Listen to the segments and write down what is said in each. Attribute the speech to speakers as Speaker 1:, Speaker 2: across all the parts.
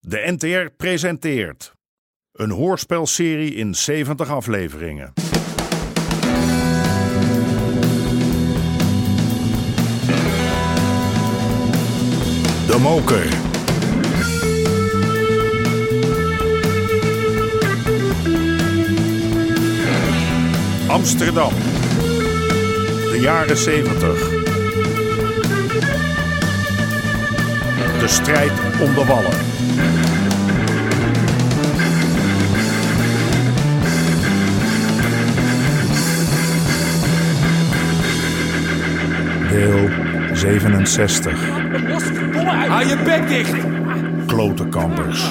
Speaker 1: De NTR presenteert een hoorspelserie in 70 afleveringen. De Moker. Amsterdam. De jaren 70. De strijd om de wallen. Deel 67.
Speaker 2: Hou je bek dicht!
Speaker 1: Klotenkampers.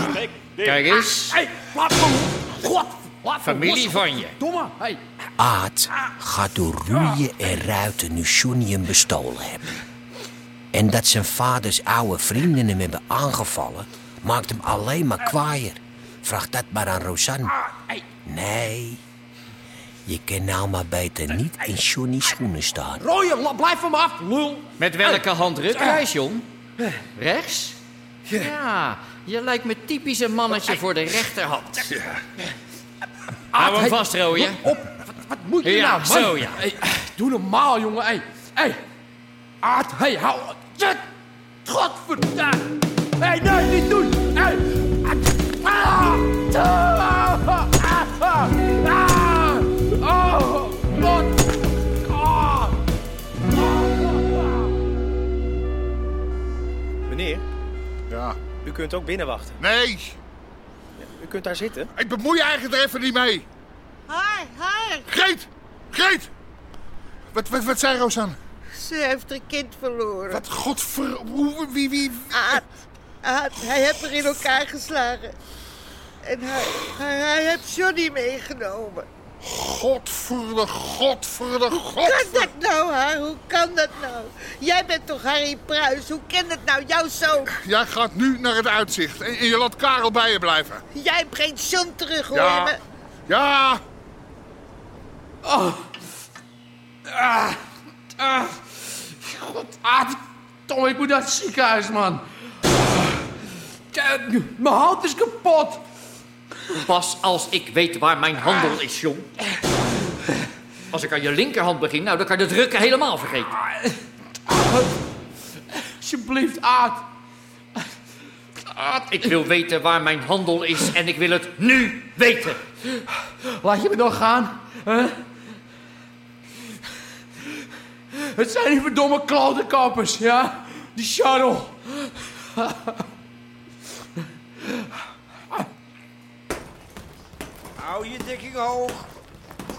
Speaker 3: Kijk eens,
Speaker 2: Hey, laat me God! Laat me
Speaker 3: familie van je.
Speaker 2: Domme! Hey.
Speaker 4: Aad
Speaker 5: Ah,
Speaker 4: gaat door roeien en ruiten nu Johnny hem bestolen hebben. En dat zijn vaders oude vrienden hem hebben aangevallen, maakt hem alleen maar kwaaier. Vraag dat maar aan Rosanne.
Speaker 2: Hey.
Speaker 4: Nee, je kan nou maar beter niet in Johnny's schoenen staan.
Speaker 2: Rooie, la- blijf van me af, lul!
Speaker 3: Met welke hand rukt hij, John? Rechts? Ja, je lijkt me typisch een mannetje voor de rechterhand. Hou hem
Speaker 2: hey.
Speaker 3: vast, Rooie.
Speaker 2: Op! Wat, wat moet je
Speaker 3: Ja,
Speaker 2: nou, man?
Speaker 3: zo, ja.
Speaker 2: Hey, doe normaal, jongen. Hey. Hey. Aard, hey, hou... Shit! Godverdamme! Hey, nee, niet doen! Hey! Ah! Ah! Ah! Ah! Ah! Oh! God! Ah!
Speaker 5: Meneer,
Speaker 6: Ja.
Speaker 5: u kunt ook binnenwachten.
Speaker 6: Nee,
Speaker 5: U kunt daar zitten.
Speaker 6: ik bemoei je eigenlijk er even niet mee.
Speaker 7: Hi, hi.
Speaker 6: Greet! Greet! Wat, wat, wat zei Rosanne?
Speaker 7: Ze heeft haar kind verloren.
Speaker 6: Wat godver... hoe- Wie, wie...
Speaker 7: Aad, Aad, hij heeft haar in elkaar geslagen. En hij, hij, hij heeft Johnny meegenomen.
Speaker 6: Godverde, godverde,
Speaker 7: Kan
Speaker 6: godver...
Speaker 7: dat nou, haar? Hoe kan dat nou? Jij bent toch Harry Pruis? Hoe kan dat nou, jouw zoon?
Speaker 6: Jij gaat nu naar het uitzicht en, en je laat Karel bij je blijven.
Speaker 7: Jij brengt John terug, hoor je
Speaker 6: Ja.
Speaker 7: me?
Speaker 6: Ja.
Speaker 2: Ah, God, ah, Tom, ik moet naar het ziekenhuis, man. Kijk, Mijn hand is kapot.
Speaker 3: Pas als ik weet waar mijn handel is, John. Als ik aan je linkerhand begin, nou, dan kan je het drukken helemaal vergeten.
Speaker 2: Alsjeblieft, Aad.
Speaker 3: Ik wil weten waar mijn handel is en ik wil het nu weten.
Speaker 2: Laat je me dan gaan, hè? Het zijn die verdomme klaudenkappers, ja? Die Charles.
Speaker 8: Hou je dekking hoog.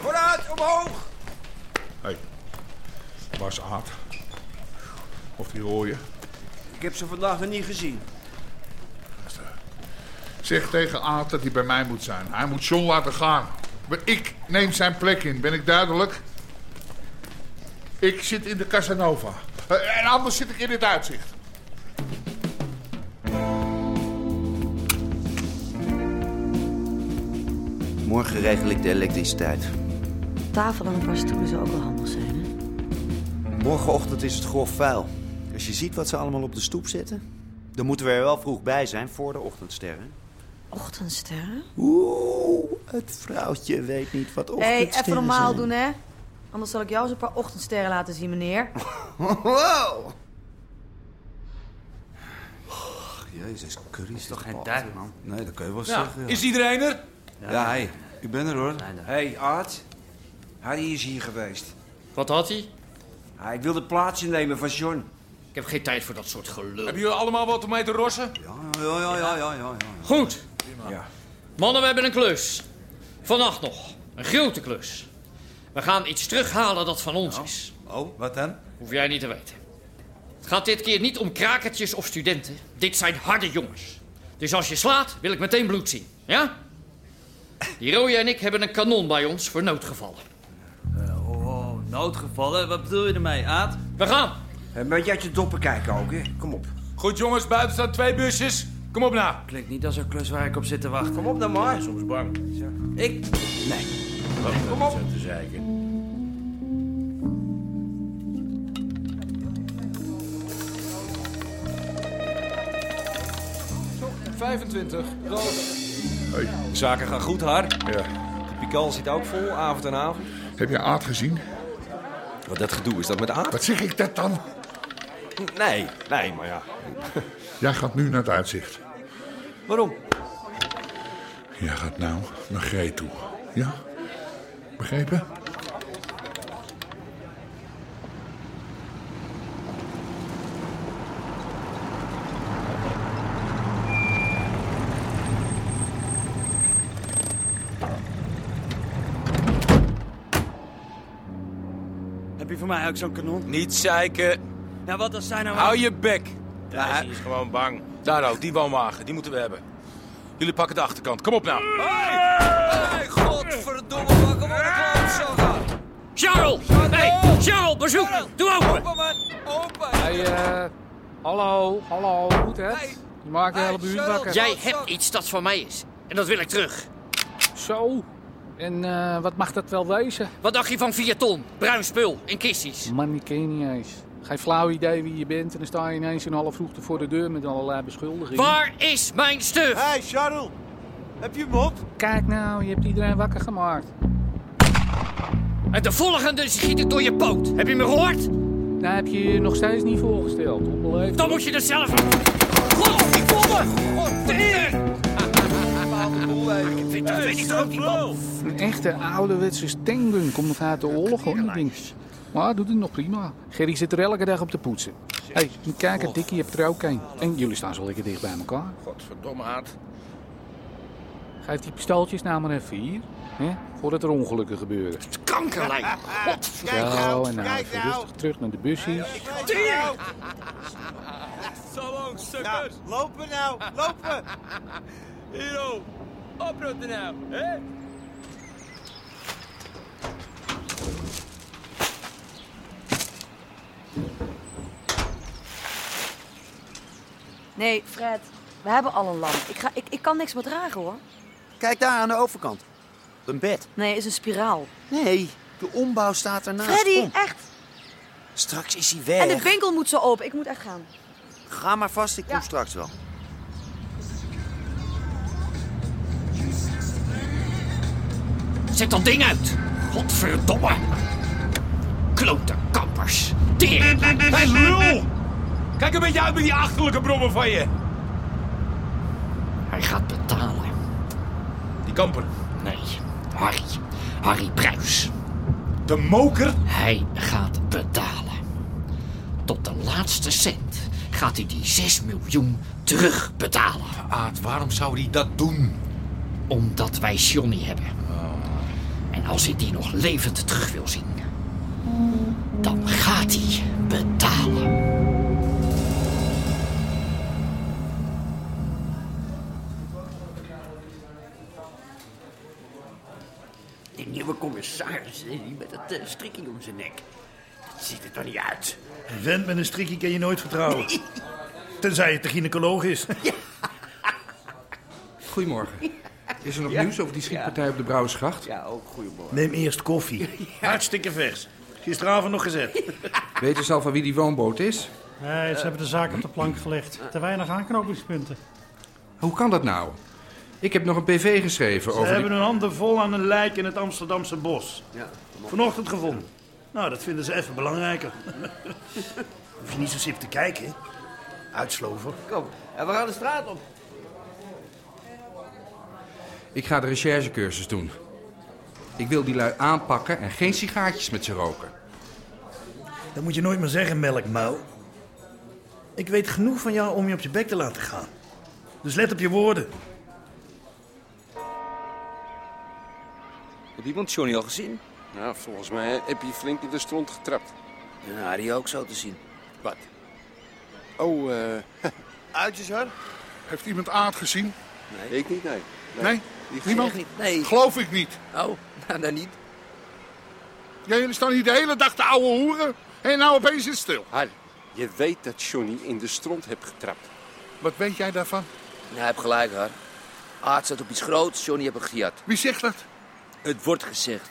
Speaker 8: Vooruit, omhoog.
Speaker 6: Hé, waar is Aad? Of die rooie?
Speaker 8: Ik heb ze vandaag nog niet gezien.
Speaker 6: Zeg tegen Aad dat hij bij mij moet zijn. Hij moet John laten gaan. Maar ik neem zijn plek in, ben ik duidelijk? Ik zit in de Casanova. Eh, En anders zit ik in het uitzicht.
Speaker 9: Morgen regel ik de elektriciteit.
Speaker 10: tafel en een paar stoelen zou ook wel handig zijn, hè?
Speaker 9: Morgenochtend is het grof vuil. Als je ziet wat ze allemaal op de stoep zetten, dan moeten we er wel vroeg bij zijn voor de ochtendsterren.
Speaker 10: Ochtendsterren?
Speaker 9: Oeh, het vrouwtje weet niet wat
Speaker 10: Hé,
Speaker 9: ochtendsterren
Speaker 10: even normaal
Speaker 9: zijn.
Speaker 10: doen, hè? Anders zal ik jou eens een paar ochtendsterren laten zien, meneer.
Speaker 9: Wow. Jezus Christus.
Speaker 8: Toch geen tijd, man.
Speaker 9: Nee, dat kun je wel
Speaker 2: Is iedereen er?
Speaker 9: Ja, hij. U bent er hoor.
Speaker 8: Hé, hey, Aad. Harry is hier geweest.
Speaker 3: Wat had hij?
Speaker 8: Hij wilde plaats innemen van John.
Speaker 3: Ik heb geen tijd voor dat soort gelul.
Speaker 2: Hebben jullie allemaal wat om mij te rossen?
Speaker 9: Ja, ja, ja, ja, ja.
Speaker 3: Goed.
Speaker 8: Ja.
Speaker 3: Mannen, we hebben een klus. Vannacht nog. Een grote klus. We gaan iets terughalen dat van
Speaker 8: Nou.
Speaker 3: ons is.
Speaker 9: Oh, wat dan?
Speaker 3: Hoef jij niet te weten. Het gaat dit keer niet om krakertjes of studenten. Dit zijn harde jongens. Dus als je slaat, wil ik meteen bloed zien. Ja? Die rode en ik hebben een kanon bij ons voor noodgevallen.
Speaker 8: Oh, noodgevallen? Wat bedoel je ermee, Aad?
Speaker 3: We gaan.
Speaker 9: Eh,
Speaker 8: Een beetje uit je doppen kijken ook, hè? Kom op.
Speaker 2: Goed, jongens, buiten staan twee busjes. Kom op nou.
Speaker 8: Klinkt niet als een klus waar ik op zit te wachten. Kom op dan maar. Soms bang. Ik... Nee. Kom op.
Speaker 2: 25. Rood.
Speaker 9: Zaken gaan goed, Har. Ja. De pikal zit ook vol, avond en avond.
Speaker 6: Heb je Aad gezien?
Speaker 9: Wat dat gedoe is dat met Aad?
Speaker 6: Wat zeg ik dat dan?
Speaker 9: Nee, nee, maar ja.
Speaker 6: Jij gaat nu naar het uitzicht.
Speaker 9: Waarom?
Speaker 6: Jij gaat nou naar Greet toe. Ja? Begrepen?
Speaker 11: Heb je voor mij ook zo'n kanon?
Speaker 12: Niet zeiken.
Speaker 11: Nou, wat als zij nou...
Speaker 12: Hou je bek.
Speaker 11: Ja,
Speaker 12: Hij is gewoon bang. Daar ook, die woonwagen, die moeten we hebben. Jullie pakken de achterkant. Kom op nou.
Speaker 9: Hey, godverdomme, pak hem op de klootzak aan.
Speaker 3: Charles! Hey, Charles, bezoek! Doe open!
Speaker 9: Kom maar, open.
Speaker 2: Hey, eh, hallo, hallo, goed hè? Je maakt de hele buurt wakker.
Speaker 3: Jij hebt iets dat van mij is. En dat wil ik terug.
Speaker 2: Zo. En eh, wat mag dat wel wezen?
Speaker 3: Wat dacht je van 4 ton? Bruin spul in kistjes.
Speaker 2: Man, ik ken je niet eens. Geen flauw idee wie je bent en dan sta je ineens in half vroegte voor de deur met allerlei beschuldigingen.
Speaker 3: Waar is mijn stuf?
Speaker 2: hey, Charles! Heb je hem op? Kijk nou, je hebt iedereen wakker gemaakt.
Speaker 3: En de volgende schiet ik door je poot. Heb je me gehoord?
Speaker 2: Daar heb je je nog steeds niet voorgesteld, onbeleefd.
Speaker 3: Dan moet je er zelf... Godverdomme! Godverdomme! Ik weet niet ook die bal.
Speaker 2: Een echte ouderwetse steengun komt nog uit de oorlog, hoor, die ding. Maar doet het nog prima. Gerry zit er elke dag op te poetsen. Hé, hey, een kijker, Dikkie, je hebt er ook een. En jullie staan zo lekker dicht bij elkaar.
Speaker 12: Godverdomme, Aad.
Speaker 2: Geef die pistooltjes nou maar even hier. Hè? Voordat er ongelukken gebeuren.
Speaker 3: Kankerlijn. Godverdomme.
Speaker 2: Zo, en nou even rustig terug naar de bus hier.
Speaker 11: Tier! Zo lang, sukkers. lopen nou, lopen! Hero, oprotten nou, hè?
Speaker 10: Nee, Fred, we hebben al een lamp. Ik, ga, ik, ik kan niks meer dragen hoor.
Speaker 13: Kijk daar aan de overkant. Op Een bed.
Speaker 10: Nee, is een spiraal.
Speaker 13: Nee, de ombouw staat ernaast.
Speaker 10: Freddy,
Speaker 13: Kom.
Speaker 10: echt.
Speaker 13: Straks is hij weg.
Speaker 10: En de winkel moet zo open. Ik moet echt gaan.
Speaker 13: Ga maar vast, ik kom straks wel.
Speaker 3: Zet dat ding uit. Godverdomme. Klote kappers. Tering.
Speaker 12: Hey, lul! Kijk een beetje uit met die achterlijke brommen van je.
Speaker 3: Hij gaat betalen.
Speaker 12: Die kamper.
Speaker 3: Nee, Harry. Harry Pruis.
Speaker 12: De moker?
Speaker 3: Hij gaat betalen. Tot de laatste cent gaat hij die 6 miljoen terugbetalen.
Speaker 12: Aad, waarom zou hij dat doen?
Speaker 3: Omdat wij Johnny hebben. En als hij die nog levend terug wil zien, dan gaat hij betalen.
Speaker 14: Die nieuwe commissaris, hè, die met dat eh, strikje om zijn nek. Dat ziet er toch niet uit?
Speaker 1: Een vent met een strikje kan je nooit vertrouwen. Tenzij het de gynaecoloog is.
Speaker 15: Goedemorgen. Is er nog
Speaker 1: Ja.
Speaker 15: nieuws over die schietpartij op de Brouwersgracht?
Speaker 14: Ja, ook goedemorgen.
Speaker 1: Neem eerst koffie. Hartstikke vers. Gisteravond nog gezet.
Speaker 15: Weet je zelf van wie die woonboot is?
Speaker 7: Nee, ze hebben de zaak op de plank gelegd. Te weinig aanknopingspunten.
Speaker 15: Hoe kan dat nou? Ik heb nog een PV geschreven
Speaker 1: Ze
Speaker 15: over...
Speaker 1: hebben hun handen vol aan een lijk in het Amsterdamse bos. Vanochtend gevonden. Nou, dat vinden ze even belangrijker. Hoef je niet zo sip te kijken. hè? Uitslover.
Speaker 14: Kom, en we gaan de straat op.
Speaker 15: die- Ik ga de recherchecursus doen. Ik wil die lui aanpakken en geen sigaartjes met ze roken.
Speaker 1: Dat moet je nooit meer zeggen, melkmuil. Ik weet genoeg van jou om je op je bek te laten gaan. Dus let op je woorden.
Speaker 9: Heb iemand Johnny al gezien?
Speaker 16: Nou, volgens mij heb je flink in de stront getrapt.
Speaker 9: Ja, Harry ook zo te zien.
Speaker 16: Wat? Oh, eh...
Speaker 6: Uitjes, hoor. Heeft iemand Aad gezien?
Speaker 16: Nee. Ik niet, nee.
Speaker 6: Nee? Niemand?
Speaker 16: Nee.
Speaker 6: Geloof ik niet.
Speaker 14: Oh, nou dan niet.
Speaker 6: Ja, jullie staan hier de hele dag te ouwe hoeren. En nou opeens is het stil.
Speaker 16: Har, je weet dat Johnny in de stront hebt getrapt.
Speaker 6: Wat weet jij daarvan?
Speaker 14: Hij heeft gelijk, hoor. Aard staat op iets groots, Johnny heeft een gejat.
Speaker 6: Wie zegt dat?
Speaker 14: Het wordt gezegd.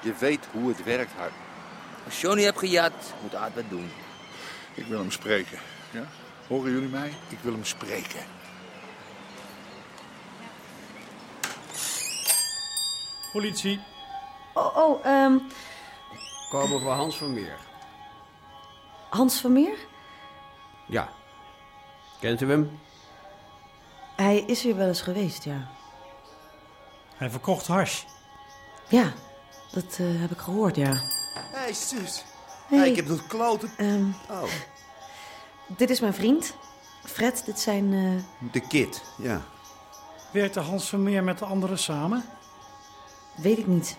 Speaker 16: Je weet hoe het werkt, Har.
Speaker 14: Als Johnny heeft gejat, moet Aard wat doen.
Speaker 6: Ik wil hem spreken. Ja? Horen jullie mij? Ik wil hem spreken.
Speaker 9: Politie.
Speaker 10: Oh, oh, ehm,
Speaker 3: Komen voor Hans Vermeer.
Speaker 10: Hans Vermeer?
Speaker 3: Ja. Kent u hem?
Speaker 10: Hij is hier wel eens geweest, ja.
Speaker 9: Hij verkocht hars.
Speaker 10: Ja, dat eh, heb ik gehoord, ja.
Speaker 17: Hé, hey, zus.
Speaker 10: Hey. Ehm.
Speaker 17: Hey, ik heb dat kloten. Oh,
Speaker 10: Dit is mijn vriend. Fred, dit zijn... eh,
Speaker 17: de kid, ja.
Speaker 9: Werkte Hans Vermeer met de anderen samen?
Speaker 10: Weet ik niet.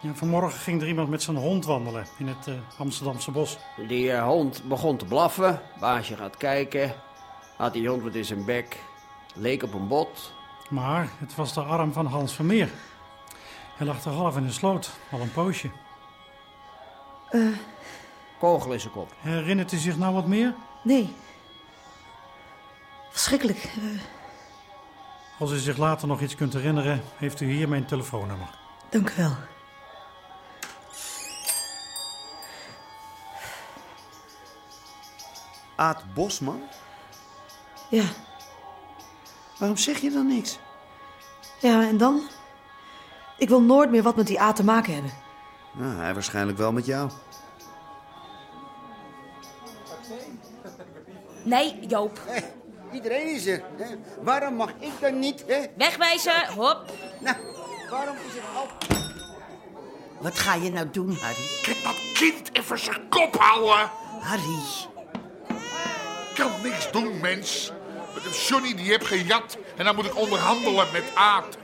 Speaker 9: Ja, vanmorgen ging er iemand met zijn hond wandelen in het eh, Amsterdamse bos.
Speaker 3: Die eh, hond begon te blaffen. Baasje gaat kijken. Had die hond wat in zijn bek. Leek op een bot.
Speaker 9: Maar het was de arm van Hans Vermeer. Hij lag er half in de sloot, al een poosje.
Speaker 3: Kogel in zijn kop.
Speaker 9: Herinnert u zich nou wat meer?
Speaker 10: Nee. Verschrikkelijk. Eh,
Speaker 9: Als u zich later nog iets kunt herinneren, heeft u hier mijn telefoonnummer.
Speaker 10: dank u wel.
Speaker 17: Aad Bosman?
Speaker 10: Ja.
Speaker 17: Waarom zeg je dan niks?
Speaker 10: Ja, en dan? Ik wil nooit meer wat met die A te maken hebben.
Speaker 17: Nou, hij waarschijnlijk wel met jou.
Speaker 7: Nee, Joop. Iedereen is er. hè? Waarom mag ik dan niet? Hè? Wegwijzen, hop. Nou, waarom is het al...
Speaker 18: Wat ga je nou doen, Harry?
Speaker 6: Kijk dat kind even zijn kop houden.
Speaker 18: Harry.
Speaker 6: kan niks doen, mens. Johnny die heb gejat en dan moet ik onderhandelen met Aad.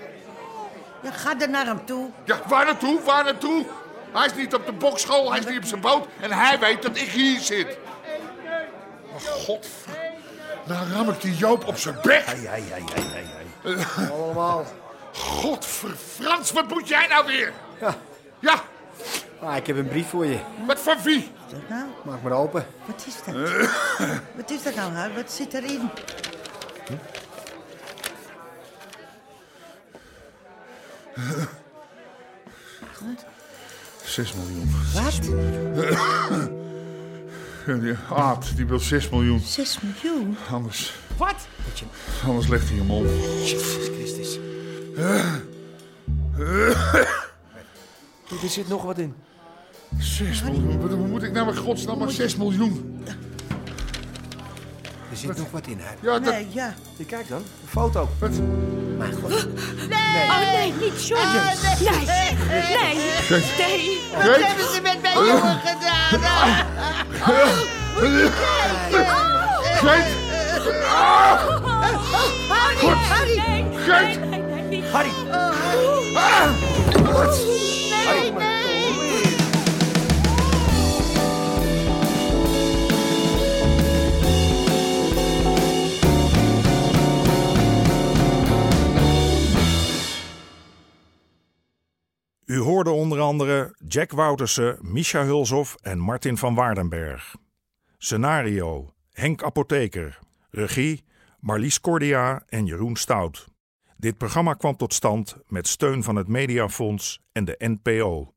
Speaker 18: Ja, ga er naar hem toe.
Speaker 6: Ja, waar naartoe? Waar naartoe? Hij is niet op de bokschool, hij is niet op zijn boot en hij weet dat ik hier zit. Oh, god. Nou ram ik die Joop op zijn bek. Ja, ja, ja, ja, ja. Allemaal. Godverfrans, wat moet jij nou weer? Ja. Ja,
Speaker 19: Ah, ik heb een brief voor je.
Speaker 6: wat van wie?
Speaker 18: Wat nou?
Speaker 19: Maak maar open.
Speaker 18: Wat is dat? Wat is dat nou, Harry? Wat zit erin? Goed.
Speaker 6: 6 miljoen.
Speaker 18: Wat?
Speaker 6: Ja, die Aad, die wil 6 miljoen.
Speaker 18: 6 miljoen?
Speaker 6: Anders,
Speaker 18: Wat?
Speaker 6: anders legt hij hem om.
Speaker 18: Jezus Christus.
Speaker 6: Er zit nog wat in. 6 miljoen? Wat- Hoe moet ik nou met godsnaam maar 6 miljoen?
Speaker 20: Er zit nog wat in, hè?
Speaker 6: Ja, dat...
Speaker 18: Nee, ja.
Speaker 6: Kijk dan, een foto. Wat?
Speaker 20: Mijn god.
Speaker 18: Nee.
Speaker 7: Oh nee, niet George.
Speaker 18: Ah,
Speaker 7: nee.
Speaker 18: nee.
Speaker 7: Nee. Nee. Oh.
Speaker 6: Kijk.
Speaker 7: Nee.
Speaker 18: Wat
Speaker 6: Kijk.
Speaker 18: hebben ze met mijn jongen gedaan? Ah.
Speaker 6: Kijk.
Speaker 7: Harry, Harry. Kijk. Harry. Nee, nee.
Speaker 1: U hoorde onder andere Jack Woutersen, Misha Hulshoff en Martin van Waardenberg. Scenario: Henk Apotheker. Regie: Marlies Cordia en Jeroen Stout. Dit programma kwam tot stand met steun van het Mediafonds en de NPO.